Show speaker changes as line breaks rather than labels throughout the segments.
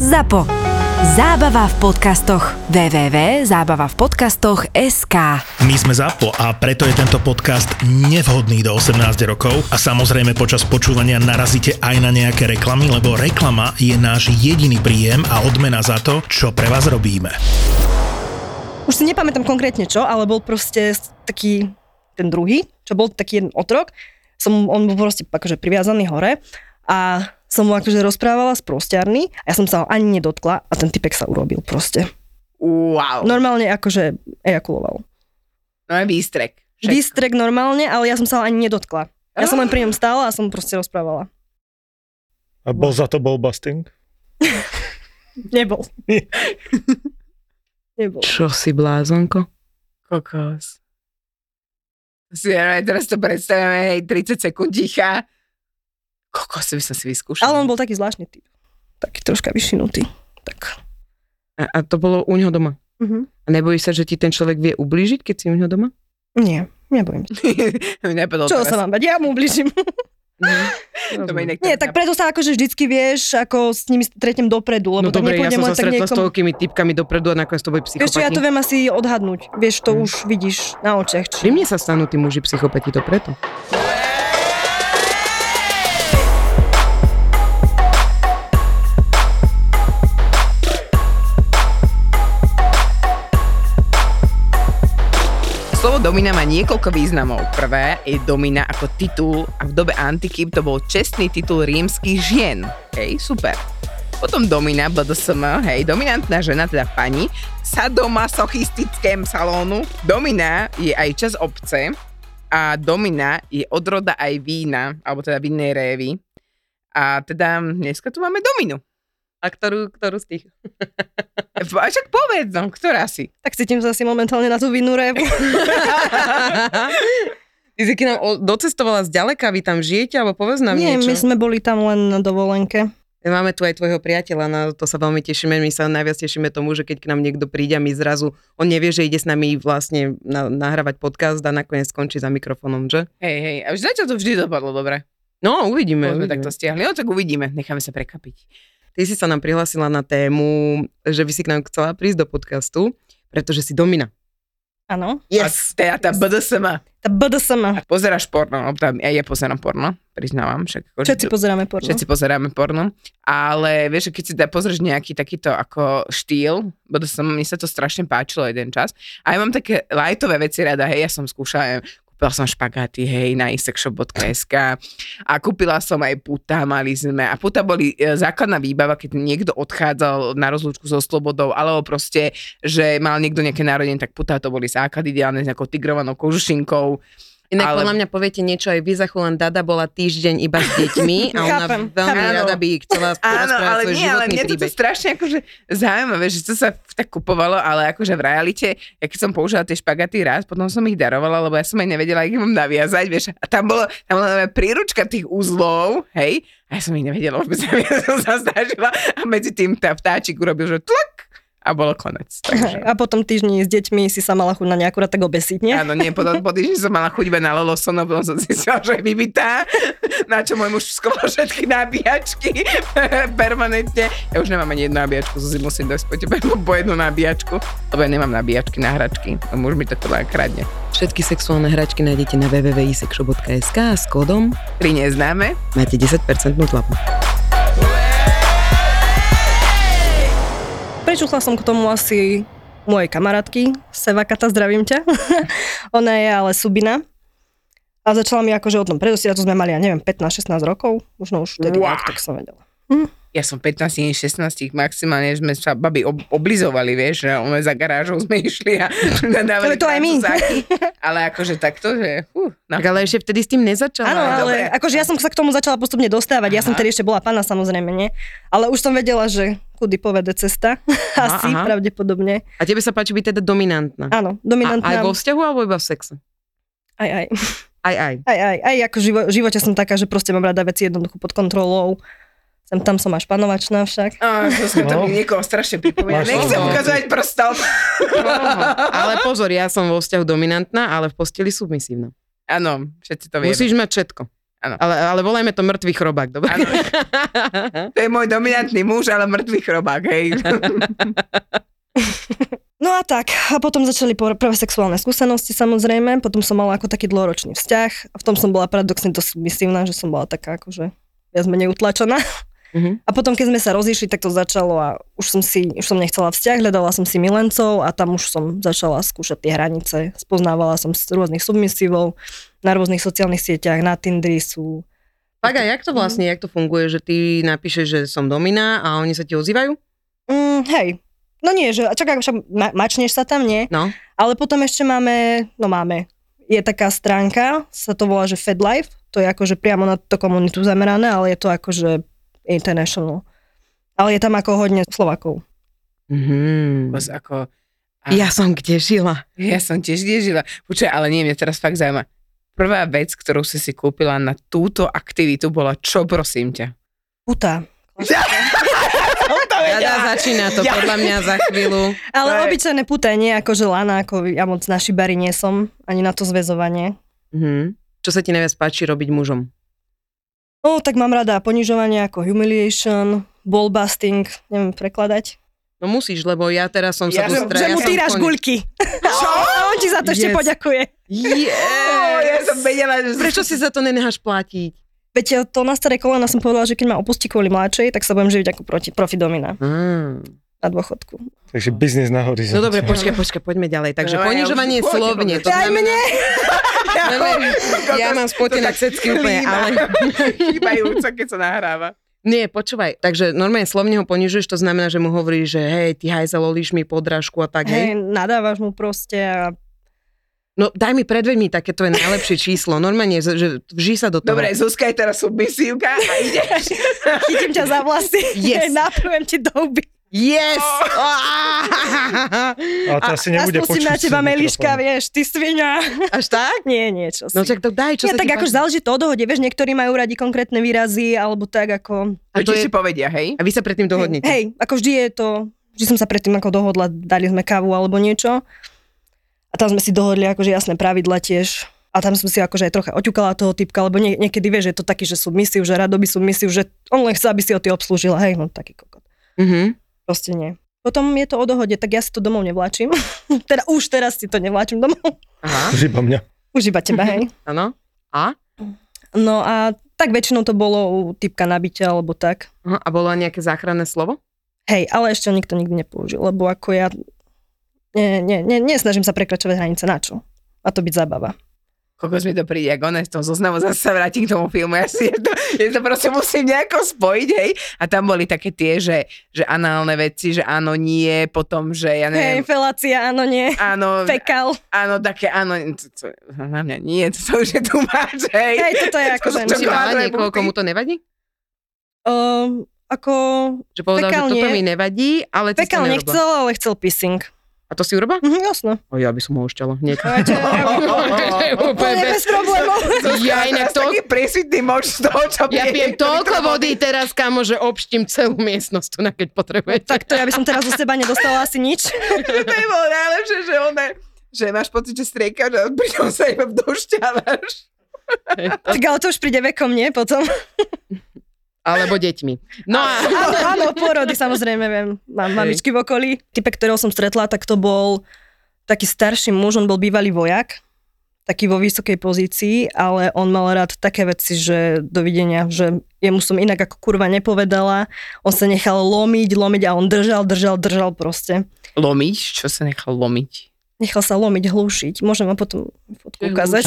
ZAPO. Zábava v podcastoch. www.zábavavpodcastoch.sk
My sme ZAPO a preto je tento podcast nevhodný do 18 rokov a samozrejme počas počúvania narazíte aj na nejaké reklamy, lebo reklama je náš jediný príjem a odmena za to, čo pre vás robíme.
Už si nepamätám konkrétne čo, ale bol proste s- taký ten druhý, čo bol taký jeden otrok. Som, on bol proste akože priviazaný hore a som mu akože rozprávala z prostiarny a ja som sa ho ani nedotkla a ten typek sa urobil proste.
Wow. No,
Normálne akože ejakuloval.
no je výstrek. Však.
Výstrek normálne, ale ja som sa ho ani nedotkla. Ja som len pri ňom stála a som proste rozprávala.
A bol za to bol busting?
Nebol. Nebol.
Čo si blázonko?
Kokos. Si, aj teraz to predstavíme, hej, 30 sekúnd ticha. Kokos by som si vyskúšala.
Ale on bol taký zvláštny typ. Taký troška vyšinutý. Tak.
A, a to bolo u ňoho doma.
Mhm.
A nebojíš sa, že ti ten človek vie ublížiť, keď si u ňoho doma?
Nie, nebojím. sa.
Nepadol
Čo
No teraz.
sa vám dať? Ja mu ubližím.
To ma inak
No, Nie, tak preto sa akože vždycky vieš, ako s nimi stretnem dopredu, lebo
No
tak
dobre, ja
nepôjdem len
som
tak
sa stretla s
niekomu...
toľkými typkami dopredu a nakoniec to boli
Vieš čo,
psychopati.
ja to viem asi odhadnúť. Vieš,
Mm.
to už vidíš na očiach. Či...
Pri mne sa stanú tí muži psychopati, to preto.
Slovo domina má niekoľko významov. Prvé je domina ako titul a v dobe antiky to bol čestný titul rímskych žien. Hej, super. Potom domina, BDSM, hej, dominantná žena, teda pani, sa doma sochistickém salónu. Domina je aj čas obce a domina je odroda aj vína, alebo teda vinnej révy. A teda dneska tu máme dominu.
A ktorú, ktorú z tých?
A však povedz, no, ktorá si?
Tak cítim sa asi momentálne na tú vinu revu.
Ty si k nám o- docestovala zďaleka, vy tam žijete, alebo povedz nám
Nie, my
niečo.
sme boli tam len na dovolenke.
Máme tu aj tvojho priateľa, na to sa veľmi tešíme. My sa najviac tešíme tomu, že keď k nám niekto príde a my zrazu, on nevie, že ide s nami vlastne na, nahrávať podcast a nakoniec skončí za mikrofónom, že?
Hej, hej, a už zatiaľ to vždy dopadlo dobre.
No, uvidíme.
Sme
uvidíme.
takto stiahli, no tak uvidíme, necháme sa prekapiť.
Ty si sa nám prihlásila na tému, že by si k nám chcela prísť do podcastu, pretože si domina.
Áno.
Yes. A teda tá BDSM.
Tá BDSM.
A pozeráš porno, lebo tam, ja, ja pozerám porno, priznávam. Však, ako,
Všetci pozeráme porno.
všetci pozeráme porno. Ale vieš, že keď si teda pozrieš nejaký takýto ako štýl, BDSM, mne sa to strašne páčilo jeden čas. A ja mám také lajtové veci rada, hej, ja som skúšala, ja neviem, kúpila som špagáty, hej, na isexshop.sk a kúpila som aj puta, mali sme. A puta boli e, základná výbava, keď niekto odchádzal na rozlúčku so slobodou, alebo proste, že mal niekto nejaké národenie, tak puta to boli základ ideálne s nejakou tigrovanou kožušinkou.
Inak
Ale-
ale... podľa mňa poviete niečo aj vy za chulen Dada bola týždeň iba s deťmi a ona
Chápem,
veľmi
chápem.
rada by chcela
Áno,
rozprávať
ale
svoj
nie, ale
životný
mne toto
príbeh.
strašne akože zaujímavé, že to sa tak kupovalo, ale akože v realite, ja keď som použila tie špagaty raz, potom som ich darovala, lebo ja som aj nevedela, ich mám naviazať, vieš, a tam bolo, tam bola normálne príručka tých uzlov, hej, a ja som ich nevedela vôbec naviazať, som sa snažila a medzi tým tá vtáčik urobil, že tlak a bolo konec. Takže.
A potom týždni s deťmi si sa mala chuť na nejakú tak obesiť, nie?
Áno, nie, potom po týždni som mala chuť iba na Lolosono, potom som zistila, že je vybitá, na čo môj muž skoval všetky nabíjačky permanentne. Ja už nemám ani jednu nabíjačku, Zuzi musím dosť po tebe po jednu nabíjačku, lebo ja nemám nabíjačky na hračky, a muž mi to teda kradne.
Všetky sexuálne hračky nájdete na www.isexshop.sk a s kódom
Tri neznáme,
máte 10% tlapu.
Prečuchla som k tomu asi mojej kamarátky, Sevakata, zdravím ťa. Ona je ale subina. A začala mi akože o tom predostierať, to sme mali, ja neviem, 15-16 rokov, možno už vtedy,
Wow.
wow. tak som vedela.
ja som 15, nie 16, maximálne že sme sa babi ob- oblizovali, vieš, že ono za garážou sme išli a
To
nadávali
je to aj my.
francúzáky. Ale akože takto, že... Uh,
Tak ale ešte vtedy s tým nezačala.
Áno, ale
dobre.
akože ja som sa k tomu začala postupne dostávať. Ja som
Aha.
tedy ešte bola pána samozrejme, nie? Ale už som vedela, že kudy povede cesta.
Aha,
Asi
aha.
pravdepodobne.
A tebe sa páči byť teda dominantná.
Áno,
A, aj
dominantná.
vo vzťahu, alebo iba v sexe?
aj, aj,
Aj, aj.
aj, aj, aj, ako v živo, živote som taká, že proste mám rada veci jednoducho pod kontrolou. Sem tam som až panovačná však.
Á, to sme to
No.
mi niekoho strašne pripomína.
Máš
Nechcem
to.
ukazovať prstom.
Ale pozor, ja som vo vzťahu dominantná, ale v posteli submisívna.
Áno, všetci to vieme.
Musíš mať všetko.
Áno.
Ale, ale volajme to mŕtvý chrobák, dobre?
Áno. To je môj dominantný muž, ale mŕtvý chrobák, hej.
No a tak, a potom začali por- prvé sexuálne skúsenosti samozrejme, potom som mala ako taký dlhoročný vzťah a v tom som bola paradoxne dosť submisívna, že som bola taká akože viac menej utlačená.
Mhm.
A potom, keď sme sa rozišli, tak to začalo a už som si, už som nechcela vzťah, hľadala som si milencov a tam už som začala skúšať tie hranice. Spoznávala som z rôznych submisívov, na rôznych sociálnych sieťach, na Tinderi sú.
Tak a jak to vlastne, jak to funguje, že ty napíšeš, že som domina a oni sa ti ozývajú?
Mm, hej, no nie, že čaká, však ma- mačneš sa tam, nie?
No.
Ale potom ešte máme, no máme, je taká stránka, sa to volá, že FedLife, to je akože priamo na túto komunitu zamerané, ale je to akože international. Ale je tam ako hodne Slovakov.
Mhm.
Bos, ako,
Ja som kde žila.
ja som tiež nežila. Počkaj, ale nie, mňa teraz fakt zaujíma. Prvá vec, ktorú si si kúpila na túto aktivitu bola čo, prosím ťa?
Puta.
Teda začína to
Ja.
podľa mňa za chvíľu.
Ale
To je-
obyčajné puta, nie akože lana, ako ja moc na šibari nie som, ani na to zväzovanie.
Mhm. Čo sa ti najviac páči robiť mužom?
No, tak mám rada ponižovanie ako humiliation, ballbusting, neviem prekladať.
No musíš, lebo ja teraz som sa
Ja- že-
tu stra-
že
ja
mu
som
týraš
konec.
guľky. A on ti za to ešte
Yes.
poďakuje.
Oh, ja som vedela, že...
Prečo si za to nenecháš platiť?
Veď to na staré kolena som povedala, že keď ma opustí kvôli mladšej, tak sa budem živiť ako proti, profi domina
Mhm.
Mm.
na dôchodku.
Takže biznis na horizonte.
No dobre, počkaj, počkaj, poďme ďalej. Takže
No, ja
ponižovanie
už- Poďte,
slovne.
poďte.
to
Aj
znamená-
mne!
Ja, ja mám spotené cecky úplne,
Líma.
ale...
Chýbajúca, keď sa nahráva.
Nie, počúvaj. Takže normálne slovne ho ponižuješ, to znamená, že mu hovoríš, že hej, ty hajzel, olíš mi podrážku a tak,
Hej,
hej.
nadávaš mu proste a
No daj mi, predveď mi také tvoje najlepšie číslo. Normálne, že že vží sa do toho.
Dobre, Zuzka je teraz submisívka a ideš.
chytím ťa za vlasy,
Yes.
naprujem ti do huby.
Yes!
Oh.
Ale to asi nebude
A spustím
počuť
na
cez
teba
mikrofón.
meliška, vieš, ty svinia.
Až tak?
Nie, nie, čo si.
No tak to daj, čo
nie,
sa
tak
ti
akože
páči.
záleží to o dohode, vieš, niektorí majú radi konkrétne výrazy, alebo tak ako...
A
A
to
čo
je-
si povedia, hej?
A vy sa predtým dohodnete.
Hej, ako vždy je to, vždy som sa predtým ako dohodla, dali sme kávu alebo niečo. A tam sme si dohodli akože jasné pravidla tiež. A tam som si akože aj trocha oťukala toho typka, lebo nie, niekedy vieš, že je to taký, že sú misiu, že radoby sú misiu, že on len chce, aby si ho ty obslúžila. Hej, no taký kokot.
Mhm.
Proste nie. Potom je to o dohode, tak ja si to domov nevláčim. teda už teraz si to nevláčim domov.
Aha,
Už iba mňa.
Už iba teba, hej.
áno. A?
No a tak väčšinou to bolo u typka nabitia alebo tak.
Aha, a bolo aj nejaké záchranné slovo?
Hej, ale ešte ho nikto nikdy nepoužil, lebo ako ja... Nie, nie, nie, nesnažím sa prekračovať hranice, na čo? A to byť zábava.
Kokos mi to príde, ako ona v tom zoznamu zase sa vrátim k tomu filmu. Ja si ja to, ja to proste musím nejako spojiť, hej. A tam boli také tie, že, že análne veci, že áno, nie, potom, že ja
Hej,
neviem,
felácia, áno, nie.
áno,
Fekal.
áno, také áno, to, to, na mňa nie, to, to už je tu máš, hej.
Hej, toto je ako...
To
Si
sú
mala
kvádre
niekoho,
buty.
komu to nevadí?
Um, ako...
Že povedal,
Fekál
že toto
nie.
mi nevadí, ale ty si to
Fekal
nerobila.
nechcel, ale chcel pissing.
A to si urobila?
Mhm, jasno.
O, ja by som ho ošťala hneď.
Ale čo,
To je úplne
Úplne bez problémov.
Ja inak to...
Taký prísvitný moč z toho, čo pije.
Ja pijem toľko vody teraz, kamo, že obštím celú miestnosť tu, na keď potrebujete.
Tak to ja by som teraz zo seba nedostala asi nič.
Že to je bolo najlepšie, že ona že máš pocit, že striekaš a pritom sa iba vdošťávaš.
Tak ale to už príde vekom, nie? Potom.
Alebo deťmi. No a...
Áno, áno, pôrody samozrejme, viem. Mám
Hej.
mamičky v okolí. Type, ktorého som stretla, tak to bol taký starší muž, on bol bývalý vojak, taký vo vysokej pozícii, ale on mal rád také veci, že dovidenia, že jemu som inak ako kurva nepovedala, on sa nechal lomiť, lomiť a on držal, držal, držal proste.
Lomiť? Čo sa nechal lomiť?
Nechal sa lomiť, hlušiť. Môžem vám potom fotku
Čo je
ukázať.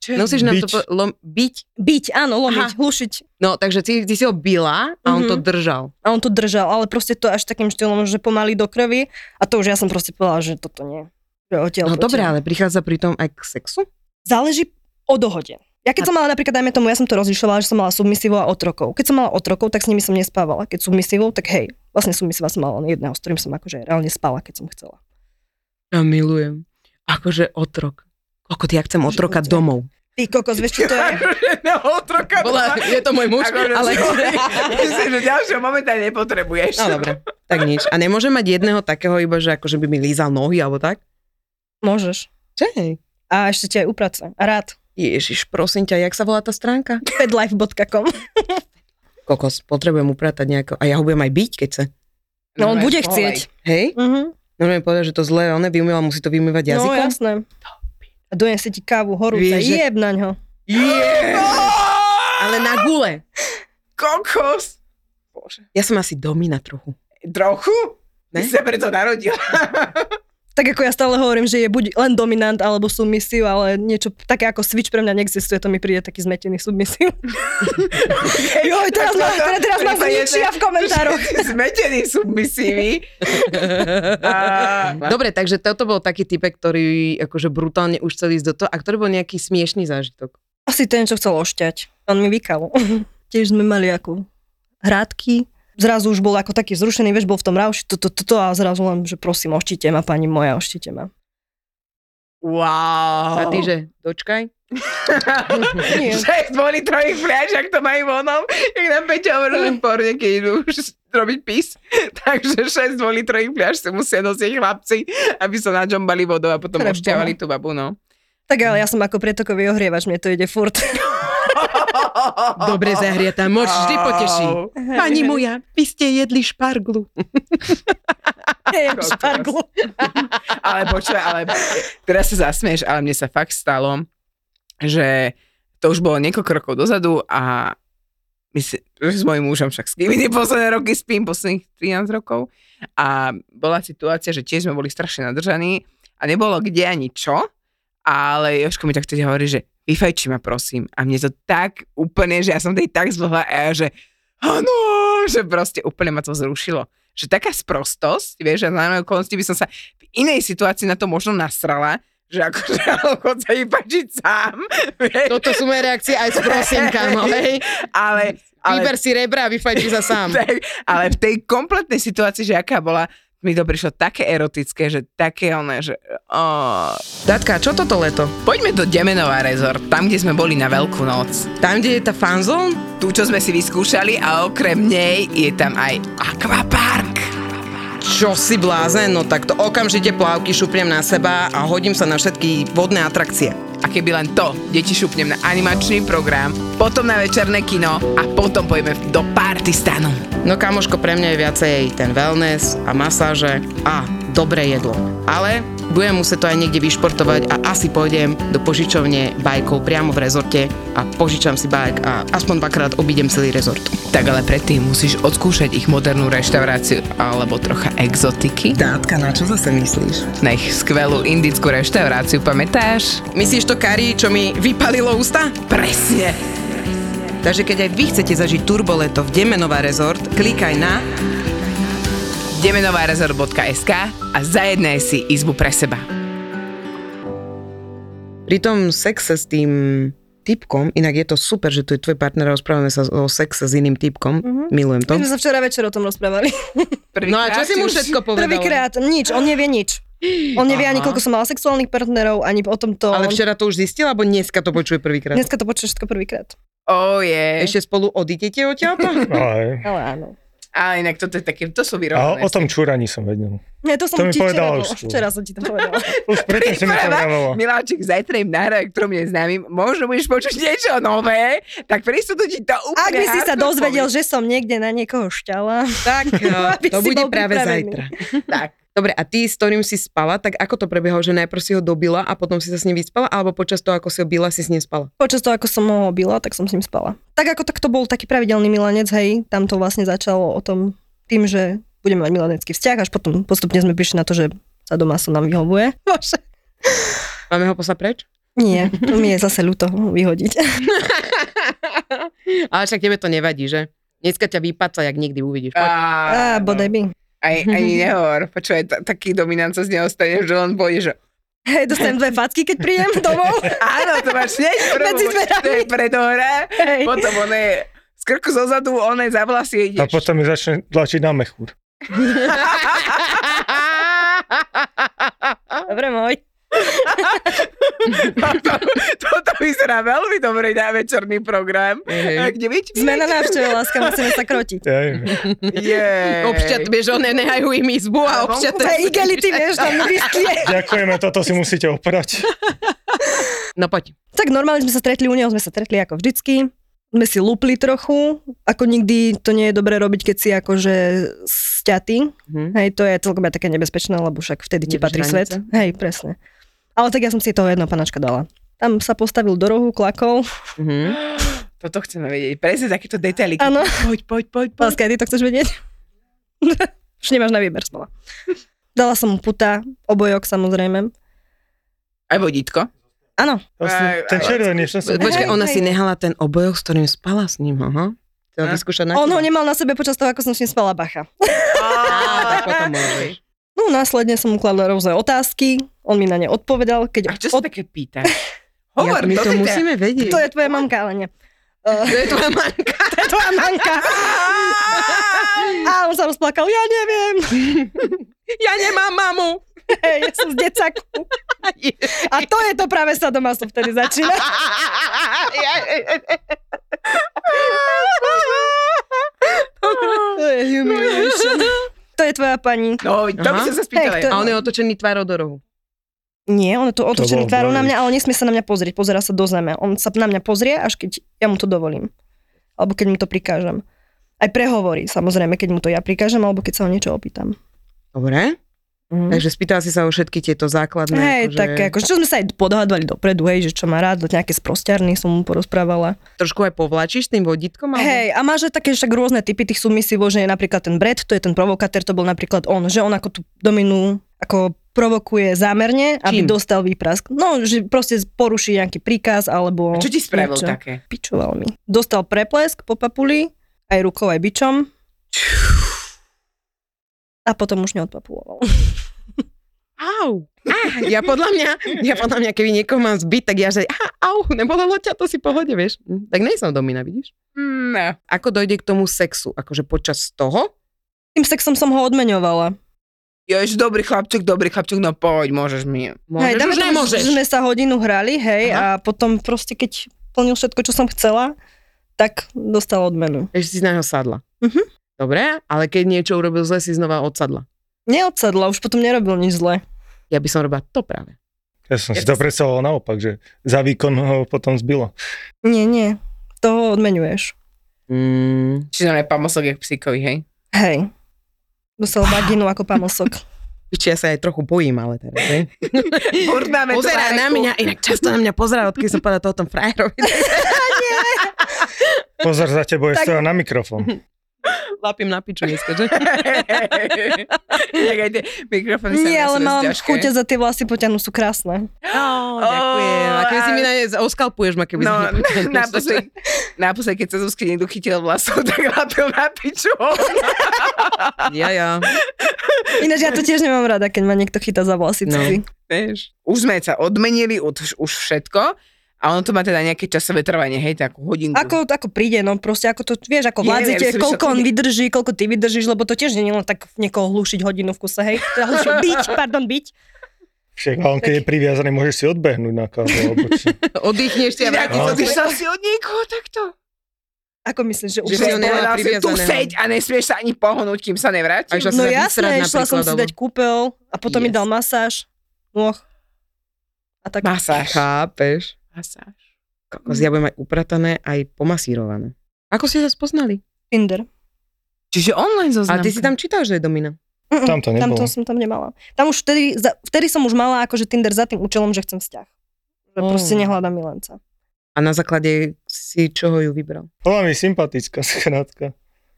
Čo je
Musíš nám to
Byť.
po- lom, byť.
Byť, áno, lomiť, hlušiť.
No, takže ty, ty si ho bila a
Mhm.
on to držal.
A on to držal, ale proste to až takým štýlom, že pomaly do krvi. A to už ja som proste povedala, že toto nie. Že odtiaľ
No
po
dobre,
tiaľ.
ale prichádza pri tom aj k sexu?
záleží o dohode. Ja keď som mala napríklad, dajme tomu, ja som to rozlišovala, že som mala submisívou a otrokov. Keď som mala otrokov, tak s nimi som nespávala. Keď submisívou, tak hej, vlastne submisíva som mala len jedného, s ktorým som akože reálne spala, keď som chcela.
Ja No, milujem. Akože otrok. Koľko ty, ja chcem otroka
Živote.
domov.
Ty kokos, vieš čo to je?
Na otroka.
Bola, je to môj muž,
Akože,
ale...
Myslím, že ďalšieho momentálne nepotrebuješ.
No dobre, tak nič. A nemôžem mať jedného takého iba, že akože by mi lízal nohy alebo tak?
Môžeš.
Čej.
A ešte ti aj uprace. A rád.
Ježiš, prosím ťa, jak sa volá tá stránka?
Fedlife.com.
Kokos, potrebujem upratať nejako. A ja ho budem aj byť, keď sa.
No on
Normálne,
bude
volej.
chcieť.
Hej?
Mhm.
Normálne povedať, že to zlé, on vyumýva, musí to vymývať
No
jazykom.
jasné. A donesie ti kávu horúca,
Vieš, že-
jeb na ňo.
Ale na gule.
Kokos! Bože.
Ja som asi domina trochu.
Trochu? Ne?
Ne?
Ty sa preto narodila.
Tak ako ja stále hovorím, že je buď len dominant alebo submisiv, ale niečo také ako switch pre mňa neexistuje, to mi príde taký zmetený submisiv. Joj, teraz ma, teraz, teraz ma zničia v komentároch.
Zmetený submisívy. A-
Dobre, takže toto bol taký typek, ktorý akože brutálne už chcel ísť do toho a ktorý bol nejaký smiešný zážitok.
Asi ten, čo chcel ošťať. On mi vykal. Tiež sme mali ako hrádky. Zrazu už bol ako taký zrušený, vieš, bol v tom rauši, toto, toto a zrazu len, že prosím, oštite ma, pani moja, oštite ma.
Wow.
A ty, že dočkaj.
Nie.
Šest boli trojich fľaš, ak to majú vonom. Jak nám Peťa hovoril, že v porne, keď idú už robiť pís. Takže šest boli trojich fľaš si musia nosiť chlapci, aby sa nadžombali vodou a potom
Pre
ošťavali tú babu, no.
Tak ale ja som ako pretokový ohrievač, mne to ide furt.
Dobre zahriatá, moč vždy poteší. Pani moja, vy ste jedli šparglu.
Nie, špargl.
Ale počuj, ale teraz sa zasmieš, ale mne sa fakt stalo, že to už bolo niekoľko rokov dozadu a my si, s mojím mužom však s kým iný posledné roky spím, posledných 13 rokov a bola situácia, že tiež sme boli strašne nadržaní a nebolo kde ani čo, ale Joško mi tak vtedy hovorí, že vyfajči ma prosím a mne to tak úplne, že ja som tej tak zlohla a ja, že áno, že proste úplne ma to zrušilo. Že taká sprostosť, vieš, že na okolnosti by som sa v inej situácii na to možno nasrala, že akože chod sa vypačiť sám,
No
vieš,
Toto sú moje reakcie aj s prosinkám, hej.
ale, ale
Vyber si rebra a vyfajči sa sám.
tak, ale v tej kompletnej situácii, že aká bola, mi to prišlo také erotické, že také oné, že oh.
Datka, čo toto leto?
Poďme do Demenová rezort, tam, kde sme boli na Veľkú noc.
Tam, kde je tá fanzón?
Tu, čo sme si vyskúšali a okrem nej je tam aj akvapark.
Čo si blázen? No tak to okamžite plávky šupnem na seba a hodím sa na všetky vodné atrakcie.
A keby len to, deti šupnem na animačný program, potom na večerné kino a potom pojeme do party stanu.
No kamoško, pre mňa je viacej ten wellness a masáže a dobré jedlo. Ale budem musieť to aj niekde vyšportovať a asi pôjdem do požičovne bajkov priamo v rezorte a požičam si bajk a aspoň dvakrát obídem celý rezort.
Tak ale predtým musíš odskúšať ich modernú reštauráciu alebo trocha exotiky.
Dátka, na čo zase myslíš?
Na ich skvelú indickú reštauráciu, pamätáš?
Myslíš to kari, čo mi vypalilo ústa?
Presne.
Takže keď aj vy chcete zažiť turboleto v Demenová rezort, klikaj na
Demenovarezor.sk a zajednaj si izbu pre seba.
Pri tom sexe s tým typkom, inak je to super, že tu je tvoj partner a rozprávame sa o sexe s iným
Mhm.
typkom, mm-hmm. milujem to.
My sme sa včera večer o tom rozprávali.
Prvý
No a čo si mu všetko povedala?
Prvýkrát nič, on nevie nič. On nevie ani, koľko som mala sexuálnych partnerov, ani o tomto. On-
Ale včera to už zistila, alebo dneska to počuje prvýkrát?
Dneska to počuješ všetko prvýkrát.
Oh, yeah.
Ešte spolu odídete odtiaľto?
Ale,
Ale áno.
Ale inak toto je také, to sú vyrovnané.
ale o tom čúraní som vedel.
Nie, to som
To mi
ti včera,
povedala
bol-
už tu.
včera som ti to povedala.
Už predtým si mi to
Príprava.
vravela.
Miláček, zajtra im nahraje, ktorom neznámym, možno budeš počuť niečo nové, tak prístup ti to úplne
Ak by si sa
hardcore
dozvedel, že som niekde na niekoho šťala.
tak,
Aby
No, to
si
bude
bol
práve
pripravený.
zajtra.
Tak.
Dobre, a ty, s ktorým si spala, tak ako to prebiehalo, že najprv si ho dobila a potom si sa s ním vyspala, alebo počas toho, ako si ho bila, si s ním spala?
Počas toho, ako som ho obila, tak som s ním spala. Tak ako tak to bol taký pravidelný milanec, hej, tam to vlastne začalo o tom tým, že budeme mať milanecký vzťah, až potom postupne sme prišli na to, že sa doma som nám vyhovuje. Bože.
Máme ho poslať preč?
Nie, to mi je zase ľúto ho vyhodiť.
Ale však tebe to nevadí, že? Dneska ťa vypaca, jak nikdy uvidíš. Poď.
Á,
Á, bodaj by.
Aj, ani nehovor, počúvaj, t- taký dominant sa z neho stane, že len bojí, že
Hej, dostanem dve facky, keď prídem domov.
áno, to máš hneď prvú,
Medzi dverami.
to je predohra,
Hej.
potom on je z krku zozadu, on je za vlasy,
A
ideš.
potom mi začne tlačiť na mechúr.
Dobre, môj.
Toto, toto vyzerá veľmi dobre na večerný program.
Hej.
Kde byť?
Sme na návšteve, láska, musíme sa krotiť.
Ja,
Yeah.
Obšťat, vieš, one nehajú im izbu a obšťat.
To je igelity, vieš, tam vysklie.
ďakujeme, toto si musíte oprať.
No poď.
Tak normálne sme sa stretli, u neho sme sa stretli ako vždycky. Sme si lúpli trochu, ako nikdy to nie je dobré robiť, keď si akože sťatý.
Mhm.
Hej, to je celkom aj také nebezpečné, lebo však vtedy ti
Nevíš
patrí svet.
hranice.
Hej, presne. Ale tak ja som si toho jedného panačka dala. Tam sa postavil do rohu klakov.
Mhm.
Toto chceme vedieť. Presne takéto detaily.
Áno.
Poď, poď, poď, poď.
Láska, aj ty to chceš vedieť? Už nemáš na výber smola. Dala som mu puta, obojok samozrejme.
Aj vodítko.
Áno,
Aj,
Vlastne, ten
aj,
červený, čo som...
Počkaj,
Hej,
ona
hej.
si nehala ten obojok, s ktorým spala s ním, aha? Chcela
Á.
vyskúšať na
on ho
teba.
nemal na sebe počas toho, ako som s ním spala bacha.
Á, tak potom môžeš.
No následne som mu kladla rôzne otázky, on mi na ne odpovedal,
A
keď...
čo
od...
sa také pýtaš? Hovor,
Ja- my to
to musíme...
musíme vedieť.
To je tvoja mamka, ale nie. Uh,
To je tvoja manka.
to je tvoja mamka. A on sa rozplakal, ja neviem.
Ja nemám mamu.
Hej, ja som z decaku. A to je to práve sa doma som vtedy začína. To je humiliation. To je tvoja pani.
No, to by
Aha.
som sa spýtala.
Hej, to-
A on je otočený tvárou do rohu.
Nie, on je tu otočený
bol
tvárou na
bolesť.
mňa, ale nesmie sa na mňa pozrieť. Pozera sa do zeme. On sa na mňa pozrie, až keď ja mu to dovolím. Alebo keď mu to prikážem. Aj prehovorí, samozrejme, keď mu to ja prikážem, alebo keď sa ho niečo opýtam.
Dobre,
Mhm.
takže spýtala si sa o všetky tieto základné.
Hej,
akože-
tak akože čo sme sa aj podhádali dopredu, hej, že čo má rád, nejaké sprostiarny som mu porozprávala.
Trošku aj povlačíš tým vodítkom? Alebo...
Hej, a máš aj také však rôzne typy tých submisívov, že je napríklad ten Brett, to je ten provokatér, to bol napríklad on, že on ako tú dominu, ako provokuje zámerne, aby
Čím?
dostal výprask. No, že proste poruší nejaký príkaz, alebo...
A čo ti spravil
niečo.
také?
Pičoval mi. Dostal preplesk po papuli, aj rukou, aj bičom. A potom už neodpapuloval.
Au. Ah, ja podľa mňa, ja podľa mňa, keby niekoho mám zbyť, tak ja že, ah, au, nebolo ťa, to si v pohode, vieš. Hm, Tak nejsem domina, vidíš?
Mm, No.
Ako dojde k tomu sexu? Akože počas toho?
Tým sexom som ho odmeňovala.
Jož, dobrý chlapček, dobrý chlapček, no poď, môžeš mi.
Môžeš,
dáme
už
tomu,
nemôžeš.
že sme sa hodinu hrali, hej,
Aha.
a potom proste keď plnil všetko, čo som chcela, tak dostal odmenu.
Ešte si z neho sadla.
Mhm.
Dobre, ale keď niečo urobil zle, si znova odsadla.
Neodsadla, už potom nerobil nič zle.
Ja by som robila to práve.
Ja som si to predstavoval naopak, že za výkon ho potom zbilo.
Nie, nie, toho odmenuješ.
Mm,
Čiže nám je pamosok jak psíkovi, hej?
Hej. Dostal vaginu ako pamosok.
či ja sa aj trochu bojím, ale teraz, hej.
Burdáme
Pozerá na mňa, inak často na mňa pozerá, odkedy som povedala tohoto frajerovi.
Pozor, za tebou je stoja na mikrofón.
Lapím na piču dneska, že?
tak aj tie mikrofóny sa
Nie,
nosili
ale
z
mám
ťažké.
chute za tie vlasy poťanú, sú krásne.
Oh, ďakujem. A keby si mi na ne oskalpuješ ma, keby
No,
si mi
naposled, naposled, keď sa Zuzky niekto chytil vlasov, tak lapil na piču.
Ja, ja.
Ináč ja to tiež nemám rada, keď ma niekto chytá za vlasy.
No.
cudzí.
Vieš. Už sme sa odmenili, už, už všetko. A ono to má teda nejaké časové trvanie, hej, takú hodinku.
Ako, ako príde, no proste, ako to, vieš, ako
Je, ja by
vládzete,
som
koľko
išla-
on vydrží, koľko ty vydržíš, lebo to tiež nie je len tak niekoho hlušiť hodinu v kuse, hej, teda hlušiť, byť, pardon, byť.
Však, a on keď je priviazaný, môžeš si odbehnúť na kávu. alebo čo.
Oddychneš si a
Inak,
vrátiš
No.
sa.
ty sa si od niekoho takto.
Ako myslíš, že
Že si ho
úplne...
nemá
povedal si, tu
priviazaného.
seď a nesmieš sa ani pohnúť, kým sa
Aj
nevrátim.
že
No
sa teda vysrať
jasné, išla som
napríklad,
si dať kúpel a potom mi
Yes.
dal masáž, nôh. A tak,
Masáž.
Chápeš?
Masáž.
Kokos, ja budem aj upratané, aj pomasírované. Ako ste sa spoznali?
Tinder.
Čiže online
A
zoznamka.
ty si tam čítal, že je domina.
Mm,
Tam to
Tam to
nebolo.
som tam nemala. Tam už vtedy, za, vtedy som už mala akože Tinder za tým účelom, že chcem vzťah. Že
Mm.
proste nehľadám milenca.
A na základe si čoho ju vybral?
Bola mi sympatická, skrátka.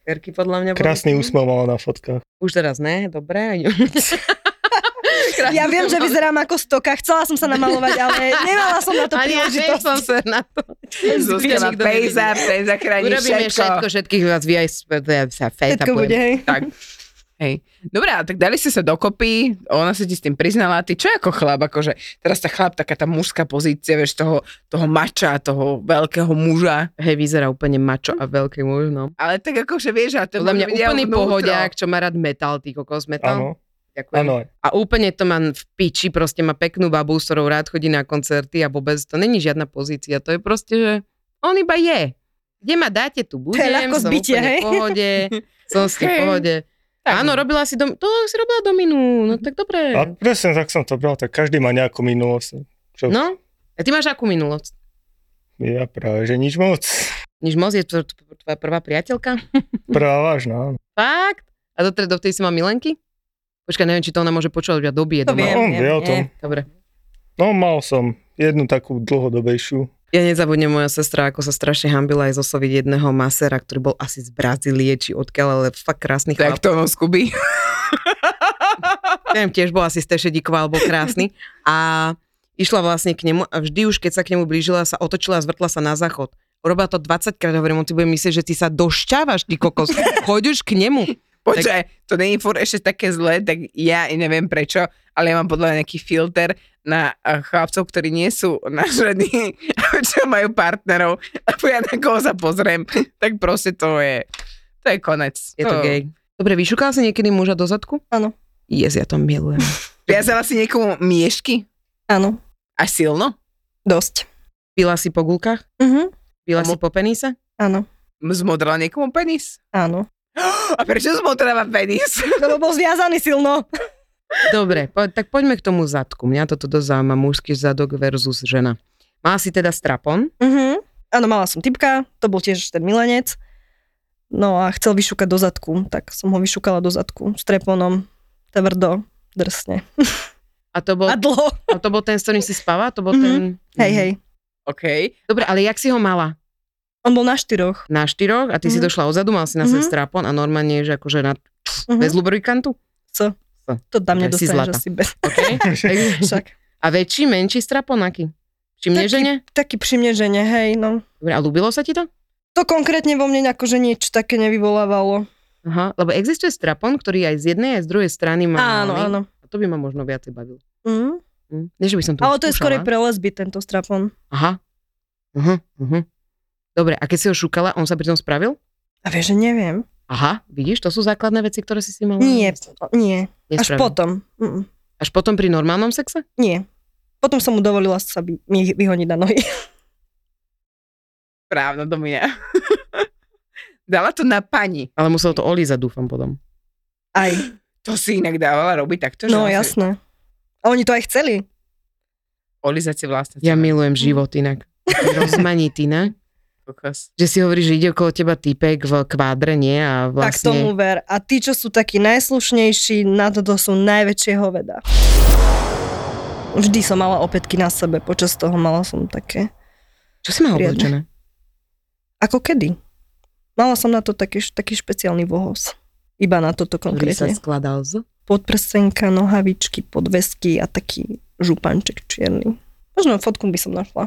Kerky podľa mňa. boli.
Krásny úsmev mala na fotkách.
Už teraz ne, dobre.
Ja viem, že vyzerám ako stoka, chcela som sa namalovať, ale nemala som na to
Ani ja nie
príležitosť.
som sa na to.
Zuzka má
Nikto nevidí.
pejza, ten zachráni
Urobíme všetko,
všetko.
všetkých vás vy aj s- sa fejta
Všetko bude, hej.
Tak. Hej. Dobre, a tak dali ste sa dokopy, ona sa ti s tým priznala, a ty čo ako chlap, akože teraz tá chlap, taká tá mužská pozícia, vieš, toho, toho mača, toho veľkého muža,
Hej, vyzerá úplne mačo a veľký muž, no.
ale tak akože vieš, a to
Podľa mňa
ľudia
úplný
vnútro.
pohodiak, čo má rád metal, ty kokos metal.
Áno,
Ďakujem.
áno.
A úplne to má v piči, proste má peknú babu, s ktorou rád chodí na koncerty a vôbec to není žiadna pozícia. To je proste, že on iba je. Kde ma dáte, tu budem,
ľahko
som
zbytie,
úplne
hej?
v pohode, som s tým v
Hej.
pohode. Áno, robila si dom... To si robila dominu, no tak dobre.
Hm. No.
A presne tak som to bral, tak každý má nejakú minulosť.
No, a ty máš akú minulosť?
Ja práve, že nič moc.
Niž moc je to t- tvoja prvá priateľka?
Prvá vážna. áno.
Fakt? A do, do tej si mal milenky? Počkaj, neviem, či to ona môže počúvať, iba dobije
To
doma.
viem,
on
viem,
vie o tom.
viem.
Dobre.
No mal som jednu takú dlhodobejšiu.
Ja nezabudnem moja sestra, ako sa strašne hambila aj zosoviť jedného masera, ktorý bol asi z Brazílie, či odkiaľ, ale fakt krásny chlap.
Tak to no z Kuby.
Neviem, tiež bol asi z Tešedíkova, alebo krásny. A išla vlastne k nemu a vždy už, keď sa k nemu blížila, sa otočila a zvrtla sa na záchod. Robila to 20 krát, hovorím, on si bude myslieť, že ty sa došťávaš, ty kokos. Choď už k nemu.
Počkaj, to není furt ešte také zlé, tak ja i neviem prečo, ale ja mám podľa mňa nejaký filter na eh, chlapcov, ktorí nie sú nažrení, čo majú partnerov. A ja na koho sa pozriem, tak proste to je, to je konec.
Je to gej. Dobre, vyšukala si niekedy muža do zadku?
Áno.
Yes, ja to milujem.
Viazala si niekomu miešky?
Áno,
A silno?
dosť.
Bila si po gulkách?
Mhm,
Bila si po penise?
áno,
Zmodrala niekomu penis?
áno.
A prečo zmodráva penis?
Lebo bol zviazaný silno.
Dobre, po, tak poďme k tomu zadku. Mňa toto dosť zaujíma, mužský zadok versus žena. Má si teda strapon,
Mhm. Áno, mala som typka, to bol tiež ten milenec. No a chcel vyšúkať do zadku, tak som ho vyšúkala do zadku s treponom, tvrdo, drsne.
a to bol,
A dlho.
a to bol ten, s ktorým si spala? To bol
Mhm.
ten... Mhm.
Hej, hej.
OK.
Dobre, ale jak si ho mala?
On bol na štyroch.
Na štyroch a ty mm-hmm. si
Mhm.
došla odzadu, mal si na sebe
Mhm.
strapon a normálne, že akože na,
Mhm.
bez lubrikantu?
To tam
Dobre, si
nedostaneš
zlatá.
asi bez.
Okay?
Však.
a väčší, menší strapon aký? Či mne,
Taký.
že nie?
Taký primneženie, hej, no.
Dobre, a ľúbilo sa ti to?
To konkrétne vo mne akože nič také nevyvolávalo.
Aha, lebo existuje strapon, ktorý aj z jednej, aj z druhej strany má...
Áno,
oný.
áno.
A to by ma možno viacej bavilo.
Mm.
Hm? Nie, že by som to
Ale to je
skúšala.
skorej pre lesby, tento strapon.
Aha. Uh-huh,
Mhm,
uh-huh. Dobre, a keď si ho šúkala, on sa pri tom spravil?
A vieš, že neviem.
Aha, vidíš, to sú základné veci, ktoré si si mala.
Nie, nie. Až
Nespravil.
potom. Mm.
Až potom pri normálnom sexe?
Nie. Potom som mu dovolila sa by, mi ich vyhoniť na nohy.
Právno do mňa. Dala to na pani.
Ale musel to olízať, dúfam, potom.
Aj.
To si inak dávala robiť takto, že
No
ona si
jasné. A oni to aj chceli.
olizať si vlastne.
Ja milujem život inak. Rozmanitý, ne?
Kokos.
Že si hovoríš, že ide okolo teba týpek v kvádre, nie? A
Tak tomu
vlastne...
ver. A tí, čo sú takí najslušnejší, na toto sú najväčšie hoveda. Vždy som mala opätky na sebe, počas toho mala som také.
Čo si mal
Riadne.
oblečené?
Ako kedy? Mala som na to taký, taký špeciálny vohoz. Iba na toto
Ktorý sa
konkrétne.
skladal z...
Podprsenka, nohavičky, podvesky a taký županček čierny. Možno fotku by som našla.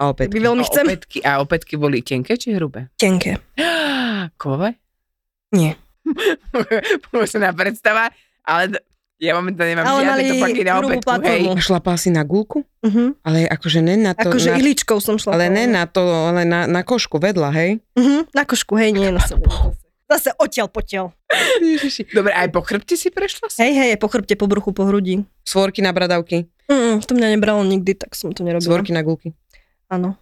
A
By
opäť.
veľmi
a
chcem.
opätky, a opätky boli tenké či hrubé?
Tenké.
Kove?
Nie.
Pomôžná predstava, ale d- ja momentálne nemám
Ale
žiadne
mali
topaky na
hrubú
opätku, hej.
platformu.
A šlapal si na gulku?
Uh-huh.
Ale akože ne na to...
Akože no.
na...
ihličkou som šla.
Ale
po-
ne na to, ale na, na košku vedľa, hej?
Mhm, na košku, hej, nie na sebe. Zase odtiaľ potiaľ.
Dobre, aj po chrbte si prešla? Si?
Hej, hej, po chrbte, po bruchu, po hrudi.
Svorky na bradavky,
Mm, to mňa nebralo nikdy, tak som to nerobila.
svorky na gulky.
Áno.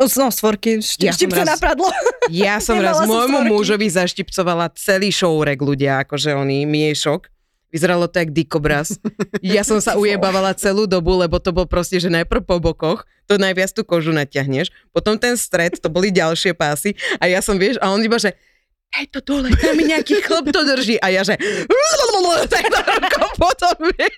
O, No, svorky, štip, ja
Ja som
štipce
raz-
raz... napradlo.
Ja som
Nemala
raz
som
môjmu
svorky.
mužovi zaštipcovala celý showrek ľudia, akože oný miešok. Vyzeralo to jak dikobraz. Ja som sa ujebávala celú dobu, lebo to bol proste, že najprv po bokoch, to najviac tú kožu natiahneš, potom ten stred, to boli ďalšie pásy a ja som, vieš, a on iba, že daj to dole, tam mi nejaký chlop to drží a ja, že takto rukou potom, vieš.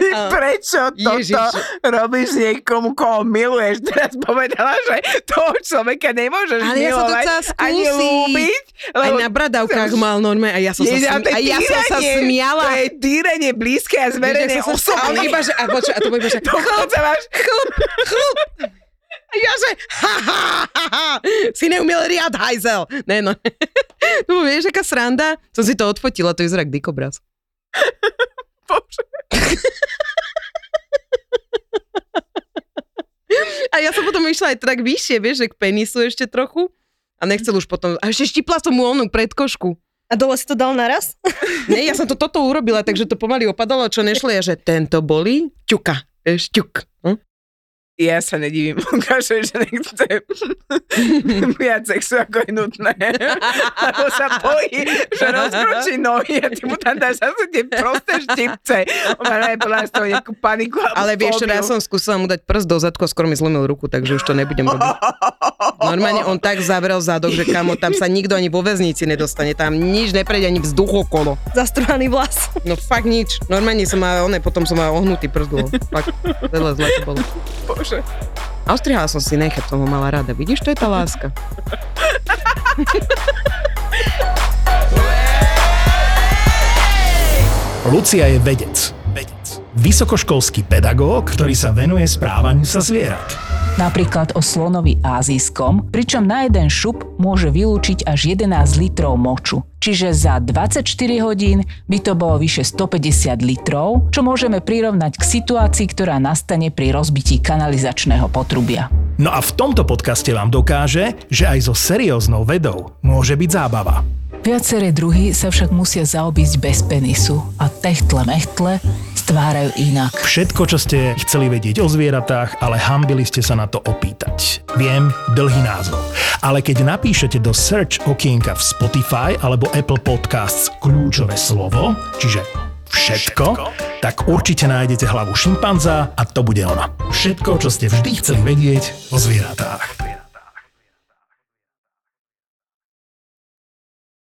Ty
A-
prečo toto
Ježiš.
robíš niekomu, koho miluješ? Teraz povedala, že toho človeka nemôžeš
Ale ja som to
milovať
chcela
ani
skúsiť.
ľúbiť.
Aj
lebo
na bradavkách
Chceš-
mal normálne a ja som sa,
Ježiš, ale
smi-
to je
a ja som sa
týranie.
smiala.
To je týranie blízke a
Vieš,
zverejné
jak som sa- A on
osobné.
iba, že, a, počuť, a to bolo iba, že
Dokonca máš
A ja že, ha, ha, ha, ha, si neumiel riad, hajzel. Ne, no. No vieš, aká sranda? Som si to odfotila, to vyzerá jak dikobraz.
Bože.
A ja som potom išla aj tak vyššie, vieš, že k penisu ešte trochu. A nechcel už potom, a ešte štipla som mu onú predkošku.
A dole si to dal naraz?
Ne, ja som to toto urobila, takže to pomaly opadalo, čo nešlo. Ja, že tento bolí, ťuka, vieš, ťuk. Hm?
ja sa nedivím Lukášovi, že nechce viac sexu, ako je nutné. Lebo sa bojí, že rozkročí nohy a ty mu tam dáš zase tie prosté štipce. On má najprv z toho nejakú paniku alebo
Ale vieš, čo,
fóbiu.
raz som skúsila mu dať prst do zadku a skoro mi zlomil ruku, takže už to nebudem robiť. Normálne on tak zavrel zadok, že kamo, tam sa nikto ani vo väznici nedostane, tam nič neprejde, ani vzduch okolo.
Zastruhaný vlas.
No fakt nič. Normálne som mal, one, potom som mal ohnutý prst bol. Fakt, veľa zle to bolo.
Bože.
A ostrihala som si nechať, som ho mala rada. Vidíš, to je tá láska.
Lucia je vedec. Vedec. Vysokoškolský pedagóg, ktorý sa venuje správaniu sa zvierat.
napríklad o slonovi azijskom, pričom na jeden šup môže vylúčiť až 11 litrov moču. Čiže za 24 hodín by to bolo vyše 150 litrov, čo môžeme prirovnať k situácii, ktorá nastane pri rozbití kanalizačného potrubia.
No a v tomto podcaste vám dokáže, že aj so serióznou vedou môže byť zábava.
Viaceré druhy sa však musia zaobísť bez penisu a techtle mechtle stvárajú inak.
Všetko, čo ste chceli vedieť o zvieratách, ale hambili ste sa na to opýtať. Viem, dlhý názov. Ale keď napíšete do search okienka v Spotify alebo Apple Podcasts kľúčové slovo, čiže všetko, tak určite nájdete hlavu šimpanza a to bude ona. Všetko, čo ste vždy chceli vedieť o zvieratách.